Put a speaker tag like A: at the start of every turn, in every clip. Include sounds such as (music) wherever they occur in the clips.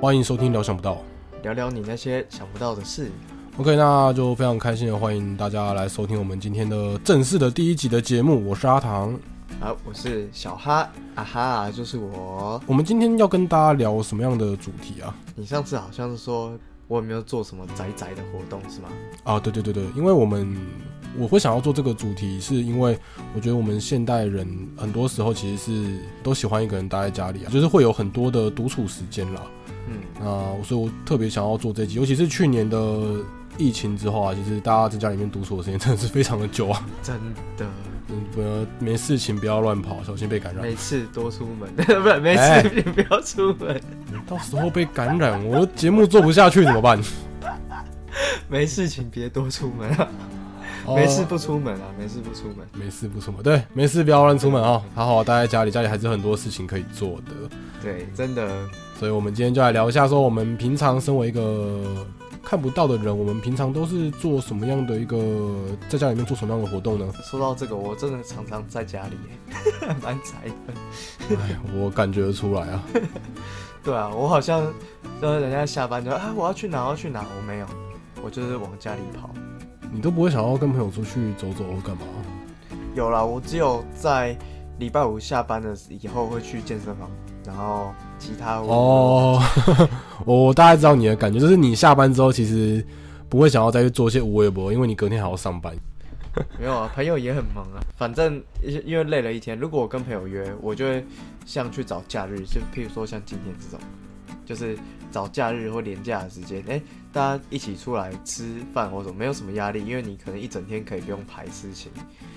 A: 欢迎收听《聊想不到》。
B: 聊聊你那些想不到的事。
A: OK，那就非常开心的欢迎大家来收听我们今天的正式的第一集的节目，我是阿唐。
B: 好，啊我是小哈，啊哈，就是我。
A: 我们今天要跟大家聊什么样的主题啊？
B: 你上次好像是说我有没有做什么宅宅的活动是吗？
A: 啊，对对对对，因为我们我会想要做这个主题，是因为我觉得我们现代人很多时候其实是都喜欢一个人待在家里啊，就是会有很多的独处时间啦。
B: 嗯，
A: 啊，所以我特别想要做这集，尤其是去年的疫情之后啊，其实大家在家里面独处的时间真的是非常的久啊，
B: 真的，
A: 嗯，不要没事情不要乱跑，小心被感染。
B: 每次多出 (laughs) 门，不是每
A: 哎
B: 次你不要出门，
A: 到时候被感染，我的节目做不下去怎么办？
B: 没事请别多出门啊， (laughs) 没事不出门啊，没事不出门。
A: 哦没事不出门，对，没事不要乱出门啊、 (laughs) 好好待在家里，家里还是很多事情可以做的。
B: 对，真的，
A: 所以，我们今天就来聊一下，说我们平常身为一个看不到的人，我们平常都是做什么样的一个，在家里面做什么样的活动呢？
B: 说到这个，我真的常常在家里 (laughs) 耶，蛮宅的。
A: 哎，我感觉得出来
B: (laughs)
A: 啊，
B: 对啊，我好像，就是人家下班就啊，我要去哪，我要去哪，我没有，我就是往家里跑。
A: 你都不会想要跟朋友出去走走或干嘛？
B: 有啦，我只有在礼拜五下班了以后会去健身房，然后其他我
A: 哦， (laughs) 我大概知道你的感觉，就是你下班之后其实不会想要再去做一些无微博，因为你隔天还要上班。
B: 没有啊，朋友也很忙啊。反正因因为累了一天，如果我跟朋友约，我就会像去找假日，就譬如说像今天这种，就是找假日或廉价的时间，哎、大家一起出来吃饭或者没有什么压力，因为你可能一整天可以不用排事情。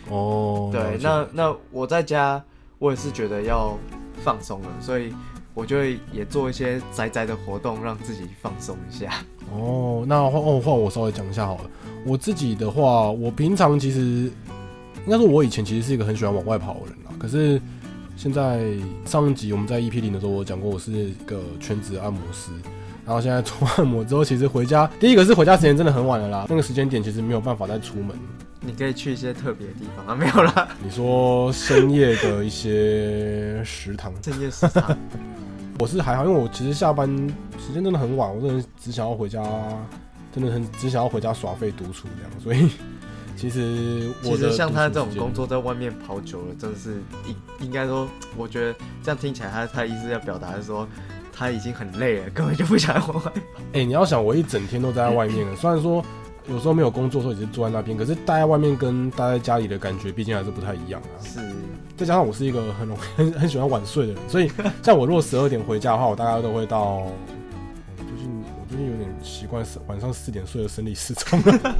A: 哦，了
B: 对，
A: 解
B: 那那我在家，我也是觉得要放松了，所以我就会也做一些宅宅的活动，让自己放松一下。 (laughs)
A: 哦，那换换换我稍微讲一下好了。我自己的话，我平常其实应该说，我以前其实是一个很喜欢往外跑的人啦。可是现在上一集我们在 EP 零的时候，我讲过我是一个全职按摩师。然后现在做按摩之后，其实回家第一个是回家时间真的很晚了啦，那个时间点其实没有办法再出门。
B: 你可以去一些特别的地方啊，没有啦，
A: 你说深夜的一些食堂，
B: 深夜食堂。
A: 我是还好，因为我其实下班时间真的很晚，我真的只想要回家，真的很只想要回家耍废独处这样。所以其实 (laughs)
B: 其
A: 我的
B: 实像他
A: 独
B: 这
A: 处
B: 种
A: 时间
B: 工，作在外面跑久了，真的是应应该说，我觉得这样听起来他他意思要表达是说他已经很累了，根本就不想往外。
A: 哎、你要想我一整天都待在外面了，虽然说有时候没有工作的时候也是坐在那边，可是待在外面跟待在家里的感觉毕 (laughs) 竟还是不太一样啊。
B: 是，
A: 再加上我是一个很容很 (laughs) 很喜欢晚睡的人，所以像我如果十二点回家的话，我大概都会到。我最近我最近有点习惯是晚上四点睡的生理时钟了。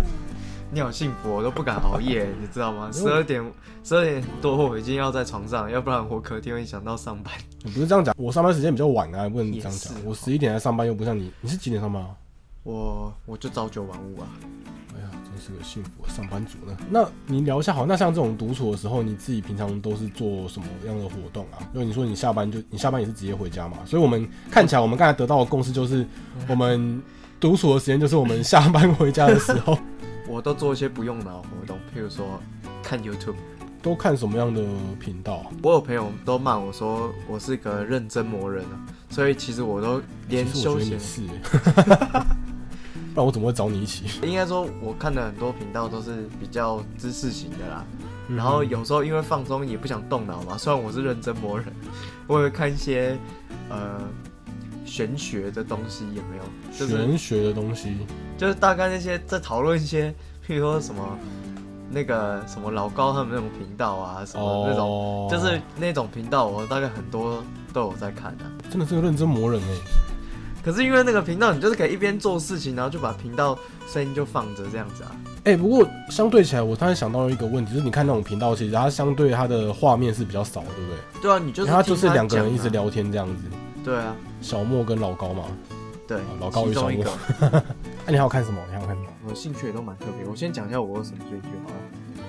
B: 你好幸福哦，我都不敢熬夜，你知道吗？
A: (laughs) 因
B: 十
A: 为
B: 二点十二点多我已经要在床上，要不然我隔天会想到上班。
A: 你不是这样讲，我上班时间比较晚啊，不能这样
B: 也
A: 讲
B: 是。
A: 我十一点来上班，又不像你，你是几点上班啊？
B: 我我就朝九晚五啊，
A: 哎呀，真是个幸福的上班族呢。那你聊一下好，那像这种独处的时候，你自己平常都是做什么样的活动啊？因为你说你下班就你下班也是直接回家嘛，所以我们看起来我们刚才得到的共识就是，
B: 嗯
A: 我们独处的时间就是我们下班回家的时
B: (laughs)
A: 候，
B: 我都做一些不用脑活动，譬如说看 YouTube。
A: 都看什么样的频道啊？
B: 我有朋友都骂我说我是个认真魔人啊，所以其实我都连
A: 其实我
B: 休
A: 觉得你
B: 闲
A: 是、欸， (laughs) 不然我怎么会找你一起？
B: 应该说，我看的很多频道都是比较知识型的啦。然后
A: 嗯
B: 有时候因为放松也不想动脑嘛，虽然我是认真磨人，我也会看一些呃玄学的东西，有没有？就是
A: 玄学的东西，
B: 就是大概那些在讨论一些，譬如说什么那个什么老高他们那种频道啊，什么那种，
A: 哦，
B: 就是那种频道，我大概很多都有在看啊。
A: 真的是个认真磨人哎、
B: 可是因为那个频道，你就是可以一边做事情，然后就把频道声音就放着这样子啊。
A: 哎、不过相对起来，我突然想到一个问题，就是你看那种频道，其实它相对它的画面是比较少，对不对？
B: 对啊，你就是
A: 然后它就
B: 听
A: 是两个
B: 讲
A: 人一直
B: 啊。
A: 聊天这样子，
B: 对啊。
A: 小莫跟老高嘛。
B: 对
A: 啊，老高与
B: 其中
A: 小
B: 一个
A: 莫。哎、你还有看什么？你还有看什么？
B: 我兴趣也都蛮特别。我先讲一下我有什么兴趣好了，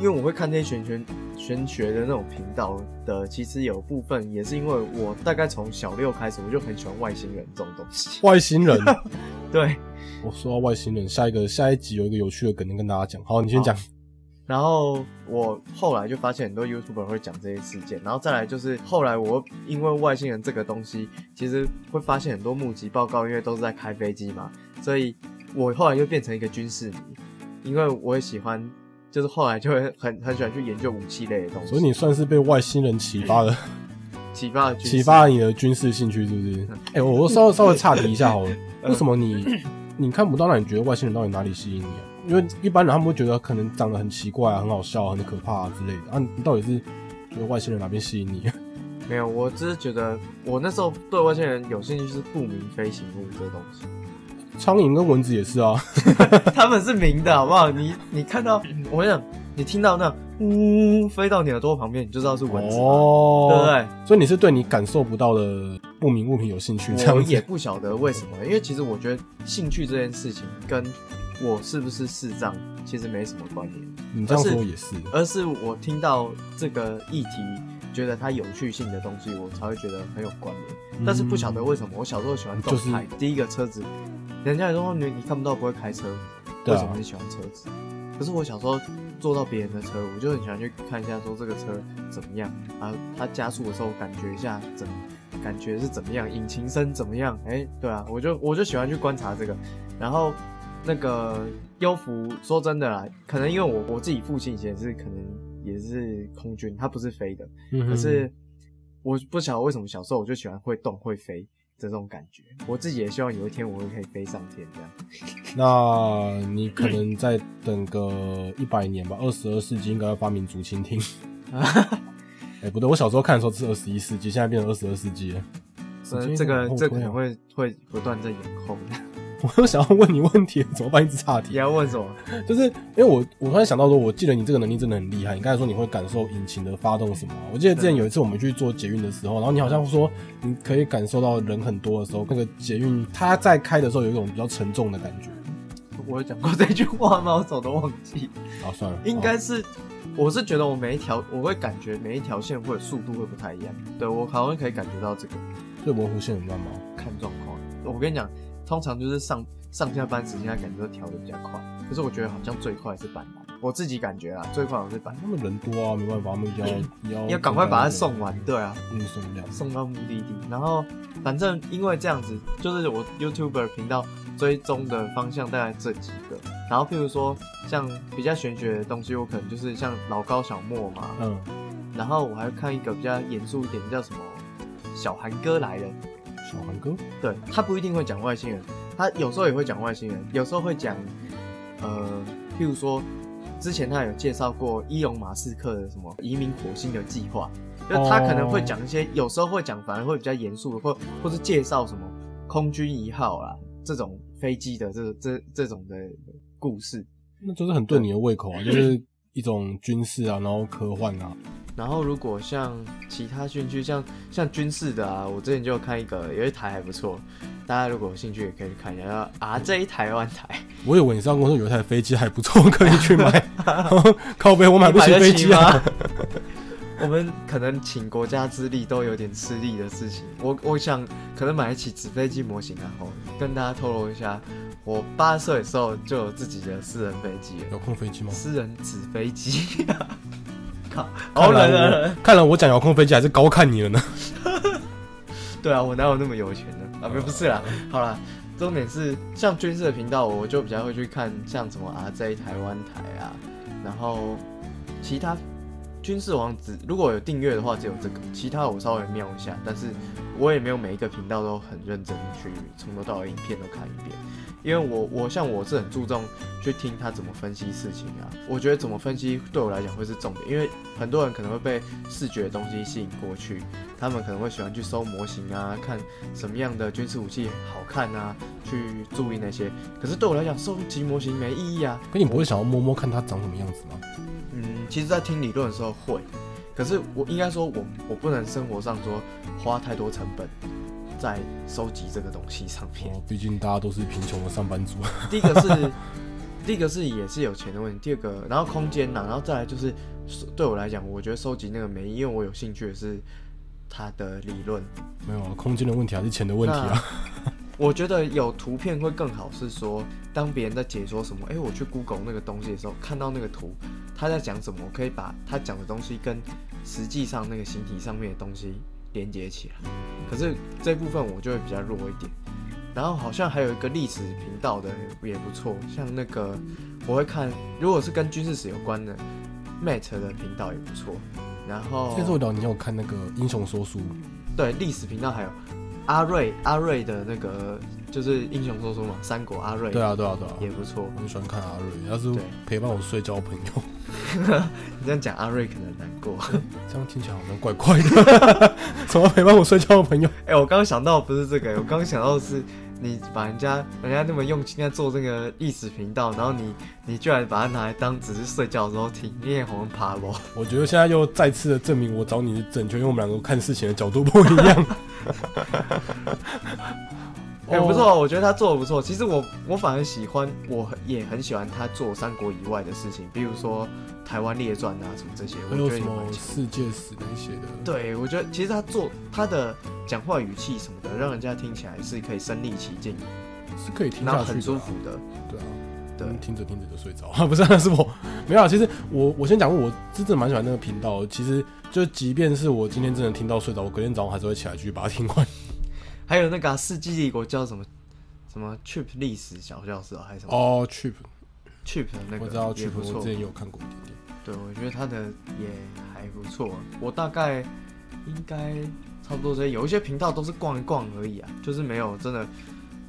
B: 因为我会看那些玄学玄学的那种频道的，其实有部分也是因为我大概从小六开始，我就很喜欢外星人这种东西。
A: 外星 (laughs) 人。
B: 对，
A: 我说到外星人，下一个下一集有一个有趣的梗跟大家讲。好，你先
B: 好
A: 讲。
B: 然后我后来就发现很多 YouTuber 会讲这些事件，然后再来就是后来我因为外星人这个东西，其实会发现很多目击报告，因为都是在开飞机嘛，所以我后来又变成一个军事迷，因为我也喜欢，就是后来就会很很喜欢去研究武器类的东西。
A: 所以你算是被外星人启发了，
B: 启发了军事
A: 启发了你的军事兴趣，是不是？
B: 嗯
A: 哎、我我稍微稍微岔题一下好了，为什么你你看不到那？你觉得外星人到底哪里吸引你、啊？因为一般人他们会觉得可能长得很奇怪啊、很好笑、啊、很可怕啊之类的啊，你到底是觉得外星人哪边吸引你、 (laughs) 啊？
B: 没有，我只是觉得我那时候对外星人有兴趣是不明飞行物这个东西。
A: 苍蝇跟蚊子也是啊，
B: 他们是明的，好不好？你你看到，我跟你讲，你听到那呜飞到你耳朵旁边，你就知道是蚊子，啊对不
A: 哦，
B: 对？
A: 所以你是对你感受不到的不明物品有兴趣，这样
B: 我
A: 子
B: 也不晓得为什么，因为其实我觉得兴趣这件事情跟我是不是视障其实没什么关联，
A: 你这样说也是，
B: 而是我听到这个议题，觉得它有趣性的东西，我才会觉得很有关联。
A: 嗯
B: 但是不晓得为什么，我小时候喜欢动态。第一个车子，人家也说你你看不到不会开车，
A: 对
B: 为
A: 啊
B: 什么你喜欢车子？可是我小时候坐到别人的车，我就很喜欢去看一下，说这个车怎么样啊？它加速的时候感觉一下怎，感觉是怎么样，引擎声怎么样？哎、对啊，我就我就喜欢去观察这个。然后那个优福，说真的啦，可能因为我我自己父亲以前是可能也是空军，他不是飞的，
A: 嗯哼
B: 可是我不晓得为什么小时候我就喜欢会动会飞的这种感觉。我自己也希望有一天我会可以飞上天这样。
A: 那你可能再等个一百
B: (coughs)
A: 年吧，二十二世纪应该要发明竹蜻
B: (laughs)
A: 蜓。哎、不对，我小时候看的时候是二十一世纪，现在变成二十二世纪了。
B: 所
A: 竹蜻蜓
B: 呃以这个
A: 很后退
B: 这可
A: 啊
B: 能会会不断在延后。
A: 我又想要问你问题了，怎么办？一直岔
B: 你
A: 题，
B: 要问什么？ (laughs)
A: 就是因为我我突然想到说，我记得你这个能力真的很厉害。你刚才说你会感受引擎的发动什么啊、我记得之前有一次我们去做捷运的时候，然后你好像说你可以感受到人很多的时候，那个捷运它在开的时候有一种比较沉重的感觉。
B: 我有讲过这句话吗？我早都忘记。
A: 啊，算了，
B: 应
A: 好
B: 该是，我是觉得我每一条，我会感觉每一条线或者速度会不太一样。对我好像可以感觉到这个，
A: 对模糊线很乱吗？
B: 看状况。我跟你讲，通常就是上上下班时间，它感觉都调的比较快。可是我觉得好像最快是板蓝，我自己感觉啦，最快我是板
A: 他们人多啊，没办法，他们要要
B: 嗯蓝，要赶快把它送完。对啊，
A: 运送量。
B: 送到目的地。然后反正因为这样子，就是我 YouTuber 频道追踪的方向大概这几个。然后譬如说像比较玄学的东西，我可能就是像老高小莫嘛，
A: 嗯，
B: 然后我还看一个比较严肃一点，叫什么小韩哥来了。
A: 小韩哥，
B: 对他不一定会讲外星人，他有时候也会讲外星人，有时候会讲，呃，譬如说，之前他有介绍过伊隆马斯克的什么移民火星的计划，就他可能会讲一些，有时候会讲，反而会比较严肃的，或或是介绍什么空军一号啦这种飞机的这这这种的故事。
A: 那就是很对你的胃口啊， (laughs) 就是一种军事啊，然后科幻啊。
B: 然后如果像其他兴趣，像像军事的啊，我之前就有看一个，有一台还不错，大家如果有兴趣也可以去看一下，叫 RJ 台湾台。
A: 我以为你上公司有一台飞机还不错，可以去
B: (laughs)
A: 买。靠背，我买不起飞机啊。
B: 你买得起吗。 (laughs) 我们可能请国家之力都有点吃力的事情，我我想可能买得起纸飞机模型啊。哦，跟大家透露一下，我八岁的时候就有自己的私人飞机了，
A: 有空飞机吗？
B: 私人纸飞机。 (laughs) 靠，好
A: 看来
B: 冷
A: 我
B: 啊！
A: 看来我讲遥控飞机还是高看你了呢。
B: (laughs) 对啊，我哪有那么有钱呢？啊，不不是啦，好啦，重点是像军事的频道，我就比较会去看像什么 RJ 台湾台啊，然后其他军事王子如果有订阅的话，只有这个，其他我稍微瞄一下，但是我也没有每一个频道都很认真去从头到尾影片都看一遍，因为我我像我是很注重去听他怎么分析事情啊，我觉得怎么分析对我来讲会是重点，因为很多人可能会被视觉的东西吸引过去，他们可能会喜欢去搜模型啊，看什么样的军事武器好看啊，去注意那些，可是对我来讲收集模型没意义啊，
A: 可你不会想要摸摸看它长什么样子吗？
B: 嗯，其实，在听理论的时候会，可是我应该说我，我不能生活上说花太多成本在收集这个东西上面。
A: 哦，毕竟大家都是贫穷的上班族。啊
B: 第一个是， (laughs) 第一个是也是有钱的问题，第二个，然后空间呐、然后再来就是，对我来讲，我觉得收集那个没意义，因为我有兴趣的是它的理论，
A: (laughs) 没有啊，空间的问题还是钱的问题啊。
B: 我觉得有图片会更好，是说当别人在解说什么，哎、我去 Google 那个东西的时候，看到那个图，他在讲什么，我可以把他讲的东西跟实际上那个形体上面的东西连接起来。可是这部分我就会比较弱一点。然后好像还有一个历史频道的也不错，像那个我会看，如果是跟军事史有关的 Mate 的频道也不错。然后
A: 那时候聊你有看那个英雄说书，
B: 对历史频道还有阿瑞阿瑞的那个就是英雄说书嘛，三国阿瑞
A: 对啊对啊对啊，
B: 也不错。
A: 我很喜欢看阿瑞，他是
B: 对
A: 陪伴我睡觉的朋友，
B: 你这样讲阿瑞可能难过。
A: (laughs)
B: (laughs)
A: 这样听起来好像怪怪的， (laughs) 什么陪伴我睡觉的朋友？
B: 哎、我刚刚想到不是这个、我刚刚想到的是你把人家人家那么用心在做这个历史频道，然后你你居然把它拿来当只是睡觉的时候听，你也红爬楼。
A: 我觉得现在又再次的证明我找你是正确，因为我们两个看事情的角度不一样。
B: (laughs)
A: 哦
B: 哎、不错，我觉得他做的不错。其实我我反而喜欢，我很也很喜欢他做三国以外的事情，比如说台湾列传啊什么这些，我
A: 还
B: 觉
A: 有
B: 得
A: 什
B: 也蛮
A: 么
B: 强。
A: 世界史那些的？
B: 对，我觉得其实他做他的讲话语气什么的，让人家听起来是可以身临其境，
A: 是可以听
B: 然
A: 下
B: 后
A: 去的、
B: 很舒服。的。
A: 对啊，
B: 对
A: 嗯听着听着就睡着 (laughs) 啊，不是、啊，是我没有、啊。其实我我先讲过，我真的蛮喜欢那个频道的。其实就即便是我今天真的听到睡着，我隔天早上还是会起来继续把它听完。
B: 还有那个、啊《世纪帝国》叫什么什么 Trip 历史小教室、啊、还是什么、
A: 哦、c h e a p
B: Trip 的那个
A: 我知道 c h e
B: 也
A: a
B: 不
A: p 我
B: 错
A: 之。前也有看过一点点。
B: 对，我觉得他的也还不错。我大概应该差不多这些，有一些频道都是逛一逛而已啊，就是没有真的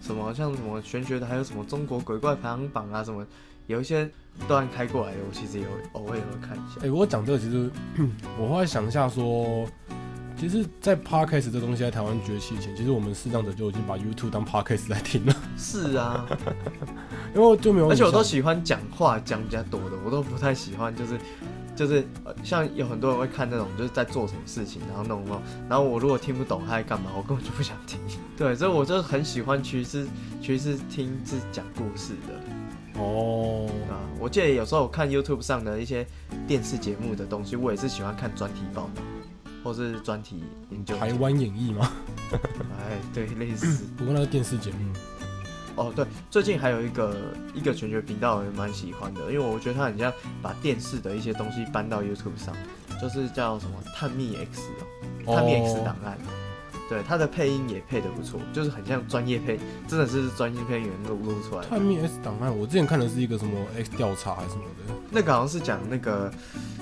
B: 什么像什么玄学的，还有什么中国鬼怪排行榜啊什么，有一些段开过来的，我其实也会偶尔也会看一下
A: 哎、。我讲这个，其实我后来想一下说，其实，在 podcast 这东西在台湾崛起以前，其实我们视障者就已经把 YouTube 当 podcast 在听了，
B: 是啊，
A: 因为就没有
B: 而
A: 你
B: 且
A: 想。
B: 我都喜欢讲话讲比较多的，我都不太喜欢就是。就是呃像有很多人会看那种，就是在做什么事情，然后那种那种，然后我如果听不懂他在干嘛，我根本就不想听。 (laughs) 对，所以我就很喜欢其实其实听是讲故事的
A: 哦，
B: 啊。我记得有时候我看 YouTube 上的一些电视节目的东西，我也是喜欢看专题报道或是专题研究。
A: 台湾演义嘛，
B: 哎，对，类似。
A: 不过那个电视节
B: (laughs)
A: 目，
B: 哦，对，最近还有一个一个全球频道我也蛮喜欢的，因为我觉得它很像把电视的一些东西搬到 YouTube 上，就是叫什么《探秘 X》哦，《探秘 X
A: 哦
B: 档案》对，它的配音也配的不错，就是很像专业配，真的是专业配音员录录出来的。
A: 探秘 S 档哎案，我之前看的是一个什么 X 调查还是什么的，
B: 那个好像是讲那个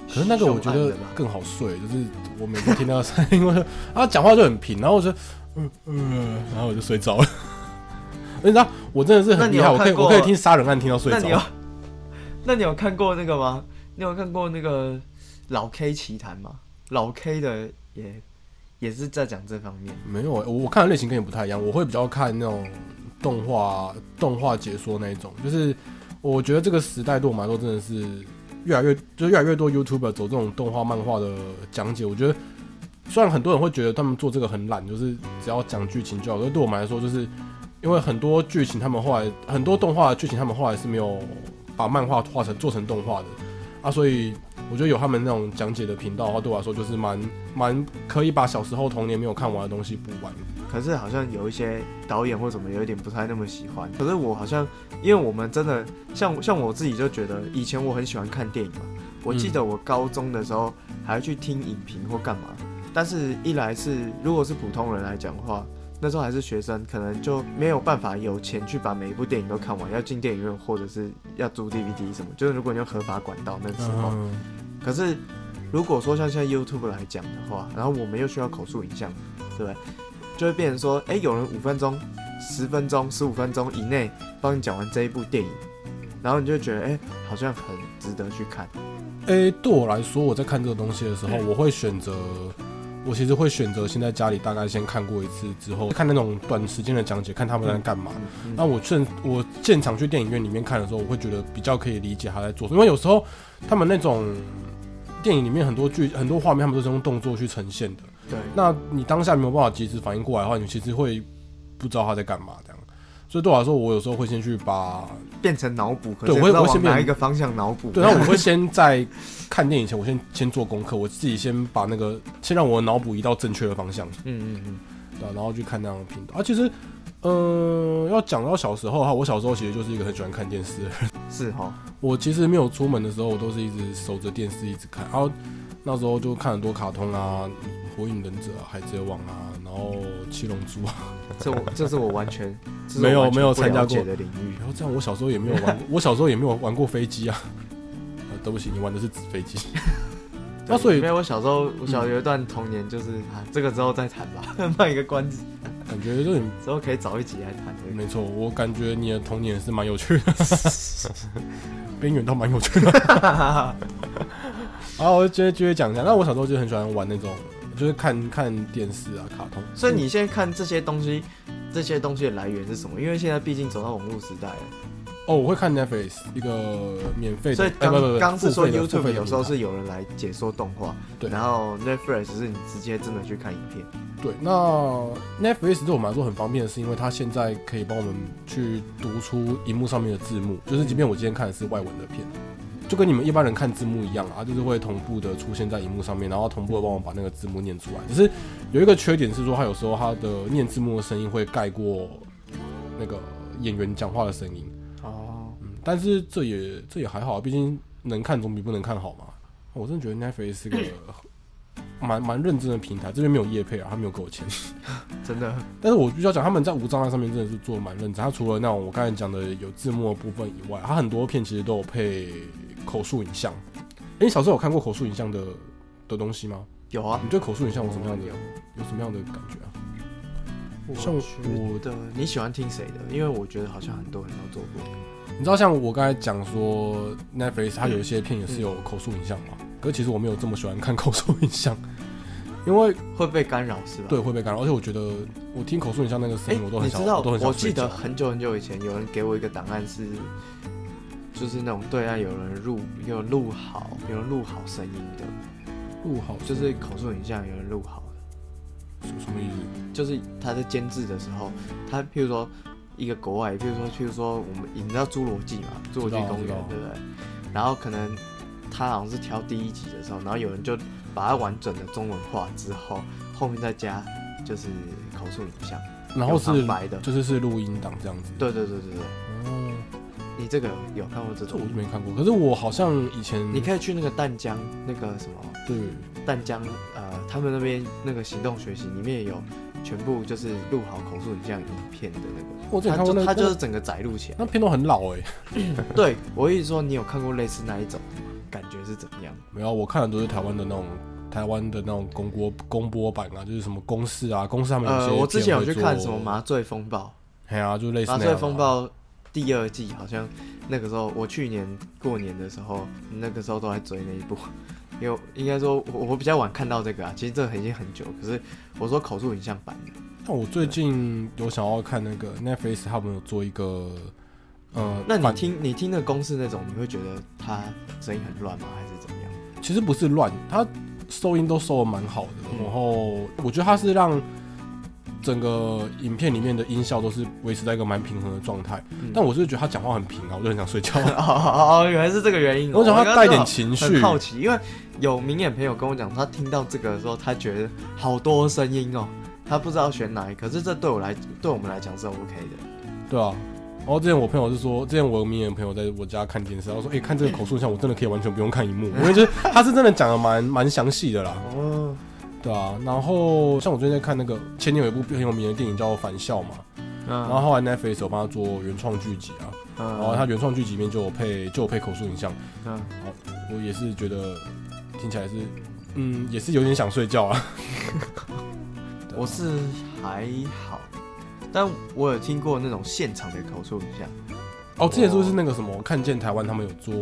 A: 可
B: 凶
A: 是
B: 案
A: 那
B: 的吧，
A: 个我觉得更好睡，就是我每次听到声音，我就他讲话就很平，然后我就嗯嗯，然后我就睡着了。 (laughs) 而且你知道，我真的是
B: 那
A: 很
B: 你
A: 厉害，
B: 有
A: 我可以
B: 看过
A: 我可以听杀人案听到睡
B: 那
A: 着。
B: 你有， (laughs) 那你有看过那个吗？你有看过那个老 K 奇谈吗？老 K 的也也是在讲这方面。
A: 没有欸，我我看的类型跟你不太一样，我会比较看那种动画、动画解说那一种。就是我觉得这个时代对我们来说真的是越来越，就是越来越多 YouTuber 走这种动画、漫画的讲解。我觉得虽然很多人会觉得他们做这个很懒，就是只要讲剧情就好，可是对我们来说，就是因为很多剧情他们后来很多动画的剧情他们后来是没有把漫画画成做成动画的啊，所以我觉得有他们那种讲解的频道的话，对我来说就是蛮蛮可以把小时候童年没有看完的东西补完。
B: 可是好像有一些导演或什么有一点不太那么喜欢。可是我好像，因为我们真的像像我自己就觉得，以前我很喜欢看电影嘛。我记得我高中的时候还会去听影评或干嘛，但是一来是如果是普通人来讲的话，那时候还是学生，可能就没有办法有钱去把每一部电影都看完，要进电影院或者是要租 DVD 什么。就是如果你用合法管道那时候，
A: 嗯，
B: 可是如果说像现在 YouTube 来讲的话，然后我们又需要口述影像，对不对？就会变成说，哎，有人五分钟、十分钟、十五分钟以内帮你讲完这一部电影，然后你就会觉得，哎，好像很值得去看。
A: 诶、对我来说，我在看这个东西的时候，我会选择，我其实会选择先在家里大概先看过一次之后，看那种短时间的讲解，看他们在干嘛。
B: 嗯
A: 那我现我现场去电影院里面看的时候，我会觉得比较可以理解他在做什么，因为有时候他们那种电影里面很多剧很多画面，他们都是用动作去呈现的。
B: 对，
A: 那你当下没有办法及时反应过来的话，你其实会不知道他在干嘛这样。所以对我来说，我有时候会先去把
B: 变成脑补，可
A: 对
B: 是
A: 我
B: 不
A: 会
B: 知道
A: 我会先
B: 往哪
A: 变
B: 一个方向脑补。
A: 对，那我会先在看电影前，我先先做功课，我自己先把那个先让我的脑补移到正确的方向，
B: 嗯嗯嗯，
A: 对啊、然后去看那样的频道。啊，其实嗯、要讲到小时候哈，我小时候其实就是一个很喜欢看电视的人。
B: 是哈，
A: 我其实没有出门的时候，我都是一直守着电视一直看。然后那时候就看很多卡通啊，《火影忍者》啊、《海贼王》啊，然后《七龙珠》啊。
B: 这我这是我完全这是我
A: 没有
B: 完全
A: 没有
B: 不
A: 参加
B: 了解
A: 过
B: 的领域
A: 然后这样，我小时候也没有
B: (laughs)
A: 玩过，我小时候也没有玩过飞机啊。呃对不起，你玩的是纸飞
B: (laughs)
A: 机。那
B: 对
A: 所以
B: 因为我小时候，我小有一段童年就是啊，这个之后再谈吧，卖一个关子，
A: 感觉就很
B: 之后可以早一集来谈这个。
A: 没错，我感觉你的童年是蛮有趣
B: (laughs)
A: 的，边缘到蛮有趣的。 (laughs) 然后我就接接着讲一下，那我小时候就很喜欢玩那种，就是看看电视啊、卡通。
B: 所以你现在看这些东西，这些东西的来源是什么？因为现在毕竟走到网络时代了，
A: 哦，我会看 Netflix 一个免费的，
B: 所以
A: 哎
B: 刚
A: 不不不
B: 刚是说
A: 付费的付
B: YouTube
A: 费的
B: 有时候
A: 平台
B: 是有人来解说动画，
A: 对
B: 然后 Netflix 是你直接真的去看影片，
A: 对。那 Netflix 对我们来说很方便的是，因为它现在可以帮我们去读出荧幕上面的字幕，就是即便我今天看的是外文的片，就跟你们一般人看字幕一样啊，就是会同步的出现在荧幕上面，然后同步的帮我把那个字幕念出来。只是有一个缺点是说，它有时候它的念字幕的声音会盖过那个演员讲话的声音。
B: 哦，
A: 嗯，但是这也这也还好啊，毕竟能看总比不能看好嘛。我真的觉得 Netflix 是个蛮蛮认真的平台，这边没有业配啊，他没有给我钱。
B: 真的
A: 但是我必须要讲，他们在无障碍上面真的是做的蛮认真。他除了那种我刚才讲的有字幕的部分以外，他很多片其实都有配口述影像。诶，你小时候有看过口述影像的的东西吗？
B: 有啊。
A: 你对口述影像有什么样的有什么样的感觉啊？像
B: 我
A: 我
B: 觉得你喜欢听谁的？因为我觉得好像很多人都做过。
A: 你知道像我刚才讲说 Netflix 它有一些片也是有口述影像嘛，可是其实我没有这么喜欢看口述影像，因为
B: 会被干扰是吧？
A: 对，会被干扰，而且我觉得我听口述影像那个声
B: 哎、
A: 音我都很
B: 你
A: 想，
B: 知道，
A: 我都很
B: 我
A: 想
B: 记
A: 睡觉
B: 得。很久很久以前有人给我一个档案是，就是那种对岸有人录有人录好有人录好声音的，
A: 录好
B: 就是口述影像有人录好的，
A: 什什么意思？
B: 就是他在监制的时候，他譬如说一个国外，譬如说譬如说我们你知道侏罗纪嘛，侏罗纪
A: 知道
B: 公
A: 知
B: 园
A: 道
B: 对不对？然后可能他好像是挑第一集的时候，然后有人就把它完整的中文化之后，后面再加就是口述影像，
A: 然后是
B: 有旁白的
A: 就是是录音档这样子。
B: 对对对对对。
A: 哦，
B: 你这个有看过这
A: 这我
B: 种
A: 就？没看过，可是我好像以前
B: 你可以去那个淡江那个什么
A: 对
B: 淡江呃，他们那边那个行动学习里面有全部就是录好口述影像影片的那
A: 我只
B: 个，
A: 看
B: 他
A: 过那
B: 就
A: 个
B: 他就是整个载录
A: (laughs)
B: 起来。
A: 那片都很老哎，
B: 对我一直说你有看过类似那一种，感觉是怎么样？
A: 没有，我看的都是台湾的那种。台湾的那种公播公播版啊，就是什么公式啊，公式他们有些
B: 呃，我之前有
A: 片
B: 去
A: 会
B: 看
A: 做
B: 什么《麻醉风暴
A: 哎呀、就类》，似
B: 《麻
A: 那
B: 醉
A: 样啊
B: 风暴》第二季好像那个时候，我去年过年的时候，那个时候都在追那一部。 (laughs) 因为应该说我，我比较晚看到这个啊，其实这个已经很久。可是我说口述影像版的，
A: 那我最近有想要看那个 Netflix，他们有做一个，呃，
B: 那你
A: 反
B: 听你听的公式那种，你会觉得它声音很乱吗？还是怎么样？
A: (laughs) 其实不是乱，它收音都收的蛮好的，
B: 嗯
A: 然后我觉得它是让整个影片里面的音效都是维持在一个蛮平衡的状态。
B: 嗯
A: 但我是觉得他讲话很平啊，我就很想
B: (laughs)
A: 睡觉。
B: 哦哦哦，原来是这个原因哦。
A: 我想
B: 要
A: 他带点情
B: 很
A: 绪，
B: 好奇，因为有明眼朋友跟我讲，他听到这个的时候，他觉得好多声音哦，他不知道选哪一个。可是这对我来，对我们来讲是 OK 的。
A: 对啊。然后之前我朋友是说，之前我有明眼朋友在我家看电视，他说：“哎、看这个口述像我真的可以完全不用看荧幕，
B: (laughs)
A: 因为就是他是真的讲的蛮蛮详细的啦。”
B: 哦，
A: 对啊，然后像我最近在看那个前年有一部很有名的电影叫《返校》嘛，然后
B: 然
A: 后来 Netflix 有帮他做原创剧集啊，然啊后他原创剧集里面就有配就有配口述影像，
B: 嗯，
A: 哦我也是觉得听起来是，嗯，也是有点想睡觉 (laughs) 啊。对啊
B: 我是还好，但我有听过那种现场的口述影像。
A: 哦，之前是不是那个什么看见台湾他们有做，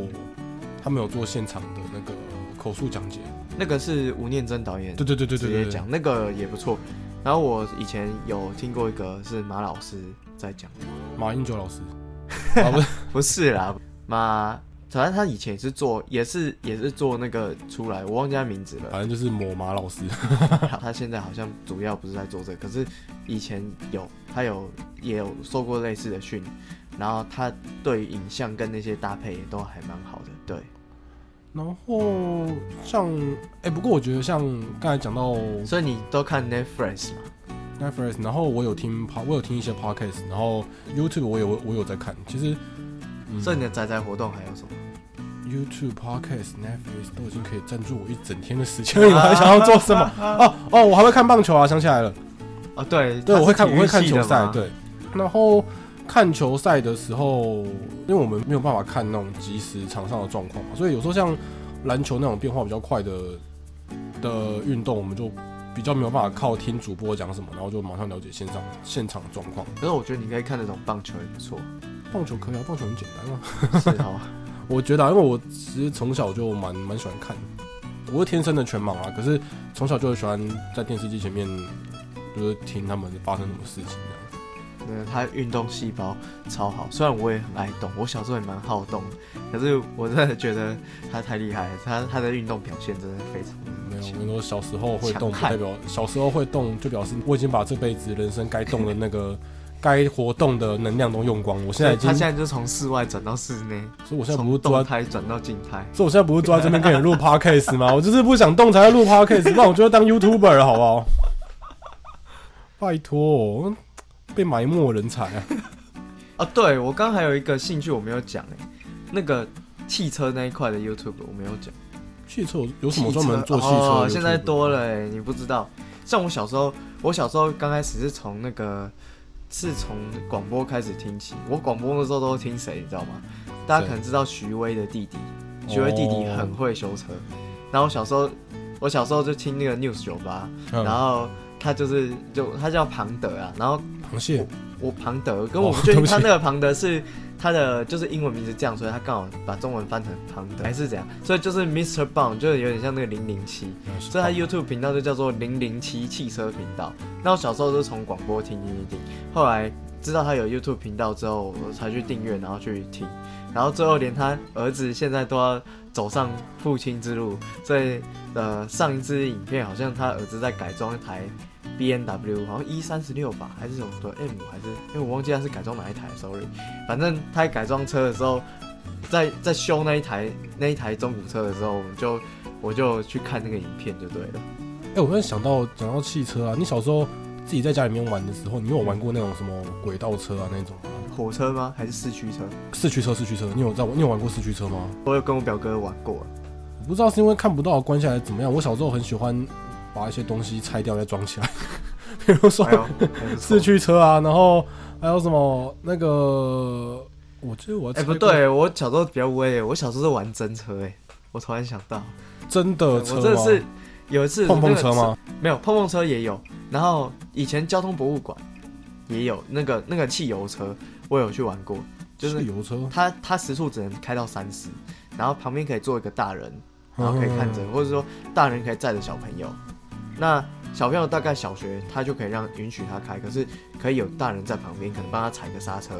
A: 他们有做现场的那个口述讲解？
B: 那个是吴念真导演
A: 对对对对
B: 直
A: 对
B: 接
A: 对，
B: 讲，那个也不错。然后我以前有听过一个是马老师在讲，
A: 马英九老师，啊不是，
B: 不是啦，马，反正他以前也是做，也是也是做那个出来，我忘记他名字了。
A: 反正就是某马老师。
B: 他现在好像主要不是在做这个，可是以前有他有也有受过类似的训，然后他对影像跟那些搭配也都还蛮好的。对，
A: 然后像，哎、不过我觉得像刚才讲到
B: 嗯所以你都看 Netflix 嘛？
A: Netflix，然后我有听 pod，我有听一些 podcast，然后 YouTube 我有我有在看。其实，嗯
B: 所以你的宅宅活动还有什么？
A: YouTube、podcast、Netflix 都已经可以占住我一整天的时间了，你还想要做什
B: (laughs)
A: 么？哦哦，我还会看棒球啊，想起来了，
B: 啊，对
A: 对，
B: 它是
A: 我会看
B: 体
A: 我
B: 育
A: 会看
B: 系
A: 球
B: 的
A: 赛
B: 嘛，
A: 对，然后看球赛的时候，因为我们没有办法看那种即时场上的状况嘛，所以有时候像篮球那种变化比较快的的运动，我们就比较没有办法靠听主播讲什么，然后就马上了解现场现场状况。
B: 可是我觉得你可以看那种棒球也不 (laughs) 错，
A: 棒球可以啊，棒球很简单啊，
B: 是哦好。
A: 我觉得、啊，因为我其实从小就蛮蛮喜欢看，我是天生的全盲啊，可是从小就喜欢在电视机前面，就是听他们发生什么事情这样。
B: 嗯，他运动细胞超好，虽然我也很爱动，我小时候也蛮好动，可是我真的觉得他太厉害了，他他的运动表现真的非常
A: 没有，
B: 强
A: 我跟你说，小时候会动
B: 强
A: 不
B: 悍
A: 代表小时候会动，就表示我已经把这辈子人生该动的那个该活动的能量都用光了。我现在已经
B: 他，现在就从室外转到室内，
A: 所以我现在不
B: 从
A: 是坐
B: 动
A: 在，
B: 态转到静态。
A: 所以我现在不是坐在这边跟你录 podcast 吗？我就是不想动才要录 podcast，不然我就要当 YouTuber 了，好不好？拜托、我被埋没人才啊！
B: 啊，对我刚还有一个兴趣我没有讲哎、那个汽车那一块的 YouTube 我没有讲。
A: 汽车有有什么专门做汽车的
B: 哦
A: YouTuber？
B: 现在多了、欸，你不知道。像我小时候，我小时候刚开始是从那个是从广播开始听起。我广播的时候都听谁，你知道吗？大家可能知道徐威的弟弟，
A: 哦
B: 徐威弟弟很会修车。然后我小时候，我小时候就听那个 News 酒吧，
A: 嗯，
B: 然后他就是就他叫庞德啊，然后
A: 螃蟹
B: 我庞德，跟我
A: 哦
B: 们确
A: 对
B: 定
A: 不起
B: 他那个庞德是他的就是英文名字这样，所以他刚好把中文翻成庞
A: 哎
B: 德还是怎样，所以就是 Mr. Bond 就是有点像那个零零七，所以他 YouTube 频道就叫做零零七汽车频道。那我小时候就从广播听听听听，后来知道他有 YouTube 频道之后，我才去订阅，然后去听，然后最后连他儿子现在都要走上父亲之路，所以呃上一支影片好像他儿子在改装一台 B N W，好像 E 三十六吧，还是什么的 M 还是，因为我忘记他是改装哪一台，sorry，反正他在改装车的时候，在在修那一台那一台中古车的时候，我们就我就去看那个影片就对了。
A: 哎、我突然想到讲到汽车啊，你小时候自己在家里面玩的时候，你有玩过那种什么轨道车啊那种吗？
B: 火车吗？还是四驱车？
A: 四驱车，四驱车，你有在玩？你有玩过四驱车吗？
B: 我有跟我表哥玩过， (laughs)
A: 我不知道是因为看不到的关系还是怎么样。我小时候很喜欢把一些东西拆掉再装起来， (laughs) 比如说
B: 哎呦，还不错
A: 四。驱车啊，然后还有什么那个，我记得我
B: 哎、
A: 还拆
B: 不
A: 过
B: 对，我小时候比较威，我小时候是玩真车哎、我突然想到，
A: 真的
B: 我
A: 车
B: 真
A: 吗？
B: 的是有一次
A: 碰碰
B: 那个
A: 车吗？
B: 没有，碰碰车也有。然后以前交通博物馆也有那个那个汽油车，我有去玩过，就是
A: 油车，
B: 它它时速只能开到三十，然后旁边可以坐一个大人，然后可以看
A: 哦
B: 着，或者说大人可以载着小朋友。那小朋友大概小学他就可以让允许他开，可是可以有大人在旁边，可能帮他踩个刹车。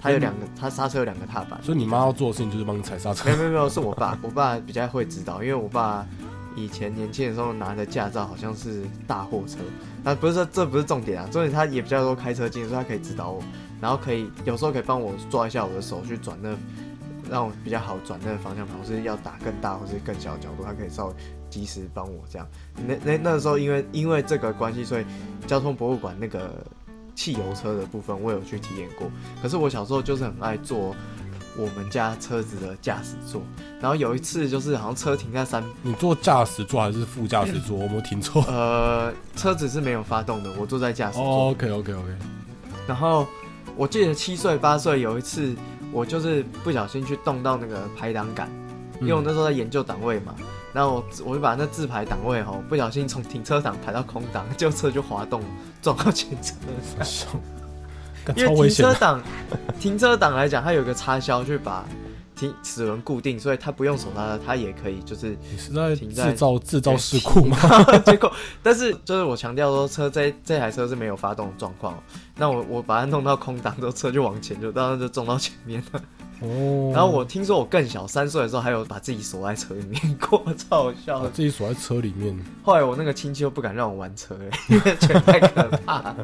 B: 他有两个，他刹车有两个踏板。
A: 所以你妈要做的事情就是帮你踩刹车
B: 没。有没有没有，是我爸， (laughs) 我爸比较会指导，因为我爸以前年轻的时候拿的驾照好像是大货车，那不是说这不是重点啊，重点他也比较多开车经验，所以他可以指导我，然后可以有时候可以帮我抓一下我的手去转那，让我比较好转那个方向盘，或是要打更大或是更小的角度，他可以稍微及时帮我这样。那那那时候因为因为这个关系，所以交通博物馆那个汽油车的部分我有去体验过，可是我小时候就是很爱坐。我们家车子的驾驶座，然后有一次就是好像车停在山，
A: 你坐驾驶座还是副驾驶座？我没有听错。
B: 呃，车子是没有发动的，我坐在驾驶座。
A: 哦，OK OK OK，
B: 然后我记得七岁八岁有一次，我就是不小心去动到那个排挡杆，
A: 嗯
B: 因为我那时候在研究档位嘛，然后我我就把那自排档位哦，不小心从停车档排到空档，结果车就滑动撞到前车，
A: 干
B: 因
A: 超
B: 为
A: 危
B: 停
A: 险
B: 车
A: 的。
B: 档停车档来讲，它有一个插销去把停齿轮固定，所以它不用手刹车，它也可以就是
A: 你是在
B: 停在
A: 制造制造事故吗？
B: (laughs) 结果，但是就是我强调说车这这台车是没有发动的状况哦，那我我把它弄到空档之后，车就往前就当然就撞到前面了。
A: 哦，
B: 然后我听说我更小三岁的时候，还有把自己锁在车里面过，超好笑
A: 把
B: 的。
A: 自己锁在车里面，
B: 后来我那个亲戚又不敢让我玩车、欸，因为觉得太可怕了。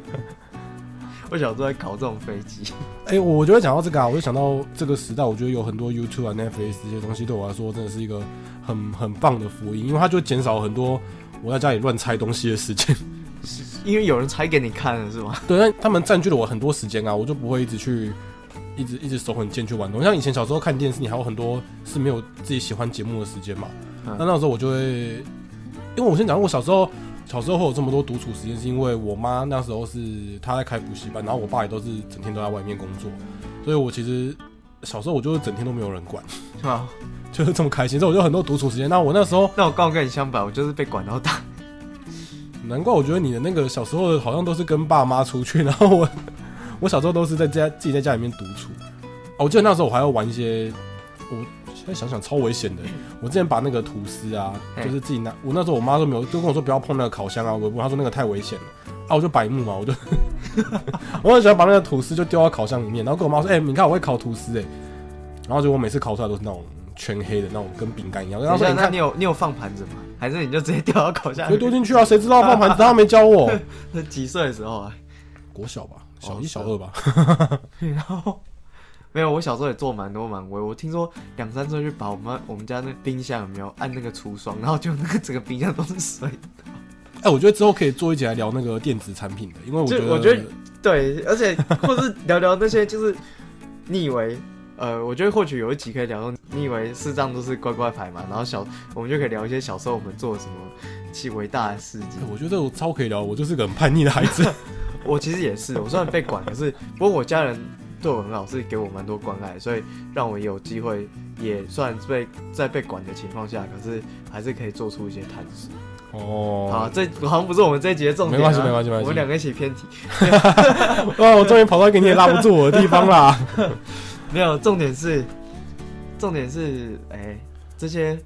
B: 我小时候在搞这种飞机，
A: 哎、我我觉得讲到这个啊，我就想到这个时代，我觉得有很多 YouTube 啊、Netflix 这些东西对我来说真的是一个很很棒的福音，因为它就减少很多我在家里乱拆东西的时间。
B: 是是因为有人拆给你看了是吗？
A: 对，但他们占据了我很多时间啊，我就不会一直去，一直一直手很贱去玩东西。像以前小时候看电视，你还有很多是没有自己喜欢节目的时间嘛。
B: 嗯
A: 那那时候我就会，因为我先讲，我小时候小时候会有这么多独处时间，是因为我妈那时候是她在开补习班，然后我爸也都是整天都在外面工作，所以我其实小时候我就是整天都没有人管， (laughs) 哦
B: 啊，
A: 就是这么开心，所以我就很多独处时间。那我那时候
B: 那我刚好跟你相反，我就是被管到大。
A: 难怪我觉得你的那个小时候好像都是跟爸妈出去，然后我 (laughs) 我小时候都是在家自己在家里面独处。哦，我记得那时候我还要玩一些，我现在想想超危险的。我之前把那个吐司啊，
B: 嘿
A: 就是自己拿，我那时候我妈都没有，就跟我说不要碰那个烤箱啊，我我她说那个太危险了。啊，我就白目嘛，我就 (laughs) 我很喜欢把那个吐司就丢到烤箱里面，然后跟我妈说，哎、你看我会烤吐司哎、然后结果我每次烤出来都是那种全黑的那种，跟饼干一样。然后
B: 等
A: 说哎
B: 一下
A: 你
B: 那
A: 看
B: 你，有你有放盘子吗？还是你就直接掉到烤箱
A: 就
B: 里
A: 丢
B: 面？
A: 进去啊，谁知道放盘子，她没教我。
B: 那几岁的时候啊？
A: 国小吧，
B: 哦
A: 小一、
B: 是
A: 小二吧。 (laughs)
B: (laughs) 然后没有，我小时候也做蛮多蛮威。我听说两三岁去把我们我们家那冰箱有没有按那个除霜，然后就那个整个冰箱都是水。
A: 哎、我觉得之后可以做一集来聊那个电子产品的，因为我
B: 就
A: 觉得，
B: 我觉得 (laughs) 对，而且或是聊聊那些就是你以为。 (laughs) 呃，我觉得或许有一集可以聊到，你以为视障都是乖乖牌嘛，然后小我们就可以聊一些小时候我们做什么其伟大的事迹
A: 哎。我觉得我超可以聊，我就是个很叛逆的孩
B: (laughs)
A: 子。
B: 我其实也是，我虽然被管，可是不过我家人对我很好，是给我蛮多关爱，所以让我有机会，也算被在被管的情况下，可是还是可以做出一些探索。好，
A: 哦，
B: 这好像不是我们这一集的重点、啊，
A: 没关系没关系没关系
B: 我们两个一起偏题，
A: 哇，我终于跑到一个你也拉不住我的地方啦。
B: 没有重点是，哎重点是，哎、这些。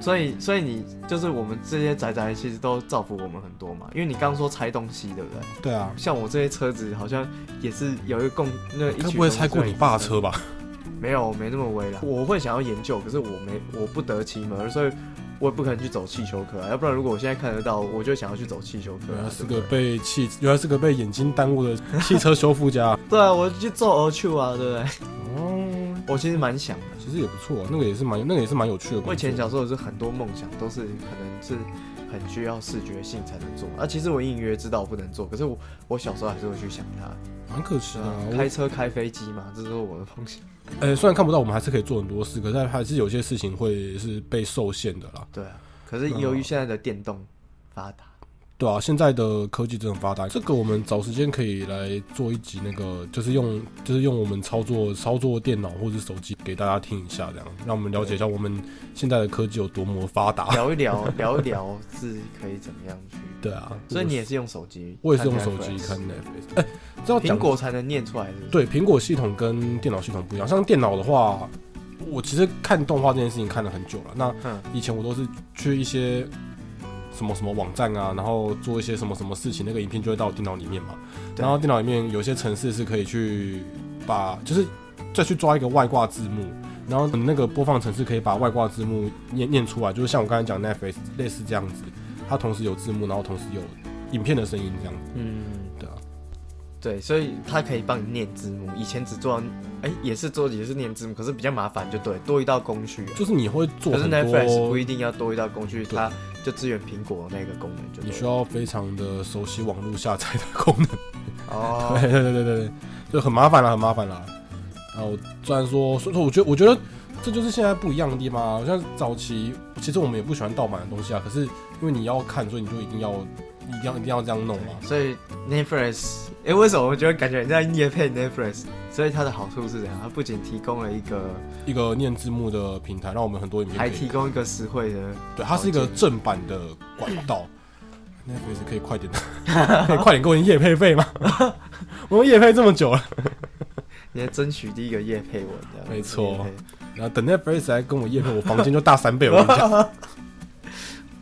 B: 所以，所以你就是我们这些宅宅，其实都造福我们很多嘛。因为你刚刚说拆东西，对不对？
A: (laughs) 对啊，
B: 像我这些车子，好像也是有一个共那一
A: 该
B: 起
A: 不会拆过你爸的车吧？
B: 没有，没那么微啦。我会想要研究，可是我没，我不得其门，所以我也不可能去走气球课啊。要不然，如果我现在看得到，我就想要去走气球课
A: 原
B: 啊
A: 来。是
B: 对不
A: 个
B: 对
A: 被汽，原来是个被眼睛耽误的汽车修复
B: (laughs)
A: 家。
B: 对啊，我就去做而去啊，对不 (laughs) 对？
A: 哦，
B: 我其实蛮想的。
A: 其实也不错，啊那个也是蛮，那个也是蛮有趣的工作。
B: 我以前小时候是很多梦想都是可能是很需要视觉性才能做啊。其实我隐约知道我不能做，可是我我小时候还是会去想它。
A: 蛮可惜的啊。我
B: 开车、开飞机嘛，这都是我的梦想。
A: 呃，虽然看不到，我们还是可以做很多事，可是还是有些事情会是被受限的啦。
B: (laughs) 对啊，可是由于现在的电动发达，
A: 对啊，现在的科技真的发达，这个我们找时间可以来做一集，那个就是用就是用我们操作操作电脑或者手机给大家听一下，这样让我们了解一下我们现在的科技有多么发达。
B: 聊一聊聊一聊是可以怎么样去。
A: 对啊，
B: 所以你也是用手机？
A: 我也是用手机看
B: Netflix
A: Netflix。哎、这要
B: 苹
A: 讲
B: 果才能念出来，是不是？
A: 对苹果系统跟电脑系统不一样，像电脑的话，我其实看动画这件事情看了很久了。那
B: 嗯
A: 以前我都是去一些什么什么网站啊，然后做一些什么什么事情，那个影片就会到我电脑里面嘛。
B: 对
A: 然后电脑里面有些程式是可以去把，就是再去抓一个外挂字幕，然后你那个播放程式可以把外挂字幕念念出来，就是像我刚才讲 Netflix 类似这样子，它同时有字幕，然后同时有影片的声音这样子。
B: 嗯，
A: 对啊，
B: 对，所以它可以帮你念字幕。以前只做到，哎、也是做也是念字幕，可是比较麻烦，就对，多一道工序、啊。
A: 就是你会做
B: 可是
A: 很
B: Netflix 不
A: 多
B: 一。定要多一道工序，
A: 对
B: 它就支援苹果那个功能就
A: 你需
B: 要
A: 要非常的熟悉网络下载的功能，
B: 哦，
A: 对对对对对对，就很麻烦了，很麻烦了。然后虽然说，所以说我觉得，我觉得这就是现在不一样的地方啊。像早期，其实我们也不喜欢盗版的东西啊，可是因为你要看，所以你就一定要一定要一定要这样弄嘛。
B: 所以 Netflix，哎、为什么我觉得感觉你在夜配 Netflix？所以它的好处是怎样？它不仅提供了一个，
A: 一个念字幕的平台，让我们很多影片可
B: 还
A: 以
B: 提
A: 看
B: 供一个实惠的
A: 对，它是一个正版的管道。Netflix 可以快点，可以快点给我夜配费吗？ (laughs) 我们夜配这么久了，
B: 你在争取第一个叶配文，这样
A: 没错
B: 业配
A: 然后等 Netflix 来跟我夜配，我房间就大三倍。我跟你讲，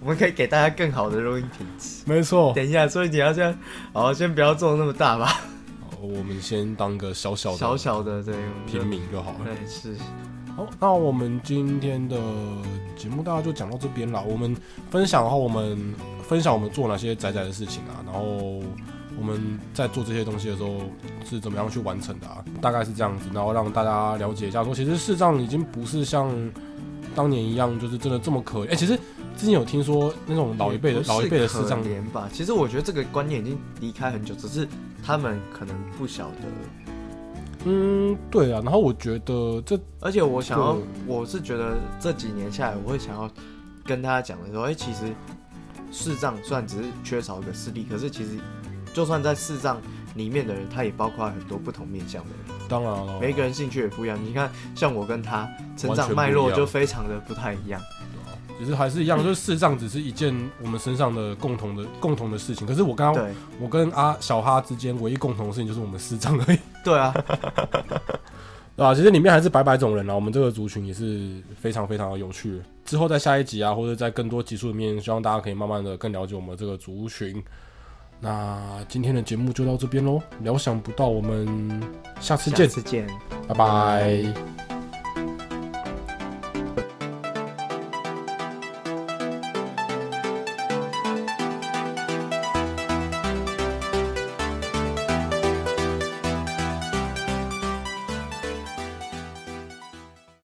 B: 我们可以给大家更好的录音品质。
A: 没错。
B: 等一下，所以你要这样，好，先不要做那么大吧，
A: 好我们先当个小小的
B: 小小的对，我们就
A: 平，民就好了。
B: 对是，
A: 好，那我们今天的节目大概就讲到这边啦。我们分享的话，我们分享我们做哪些宅宅的事情啊，然后我们在做这些东西的时候是怎么样去完成的啊，大概是这样子，然后让大家了解一下说，其实视障已经不是像当年一样，就是真的这么可怜。哎、其实之前有听说那种老一辈的
B: 也不是
A: 老一辈的视障
B: 可，怜吧。其实我觉得这个观念已经离开很久，只是他们可能不晓得。
A: 嗯，对啊。然后我觉得这
B: 而且我想要
A: 对，
B: 我是觉得这几年下来，我会想要跟他讲的时候，哎、其实视障虽然只是缺少一个视力，可是其实就算在视障里面的人，他也包括很多不同面向的人。
A: 当然了，
B: 每一个人兴趣也不一样。你看，像我跟他成
A: 完全
B: 长
A: 不
B: 脉
A: 一
B: 络
A: 样
B: 就非常的不太一样。
A: 只是还是一样，就是视障只是一件我们身上的共同的共同的事情。可是我刚刚
B: 对，
A: 我跟阿小哈之间唯一共同的事情就是我们视障而已， (laughs)
B: 对啊，
A: 对吧？其实里面还是百百种人啊，我们这个族群也是非常非常的有趣。之后在下一集啊，或者在更多集数里面，希望大家可以慢慢的更了解我们这个族群。那今天的节目就到这边喽，料想不到我们下次
B: 下
A: 见，
B: 次见。
A: 拜拜。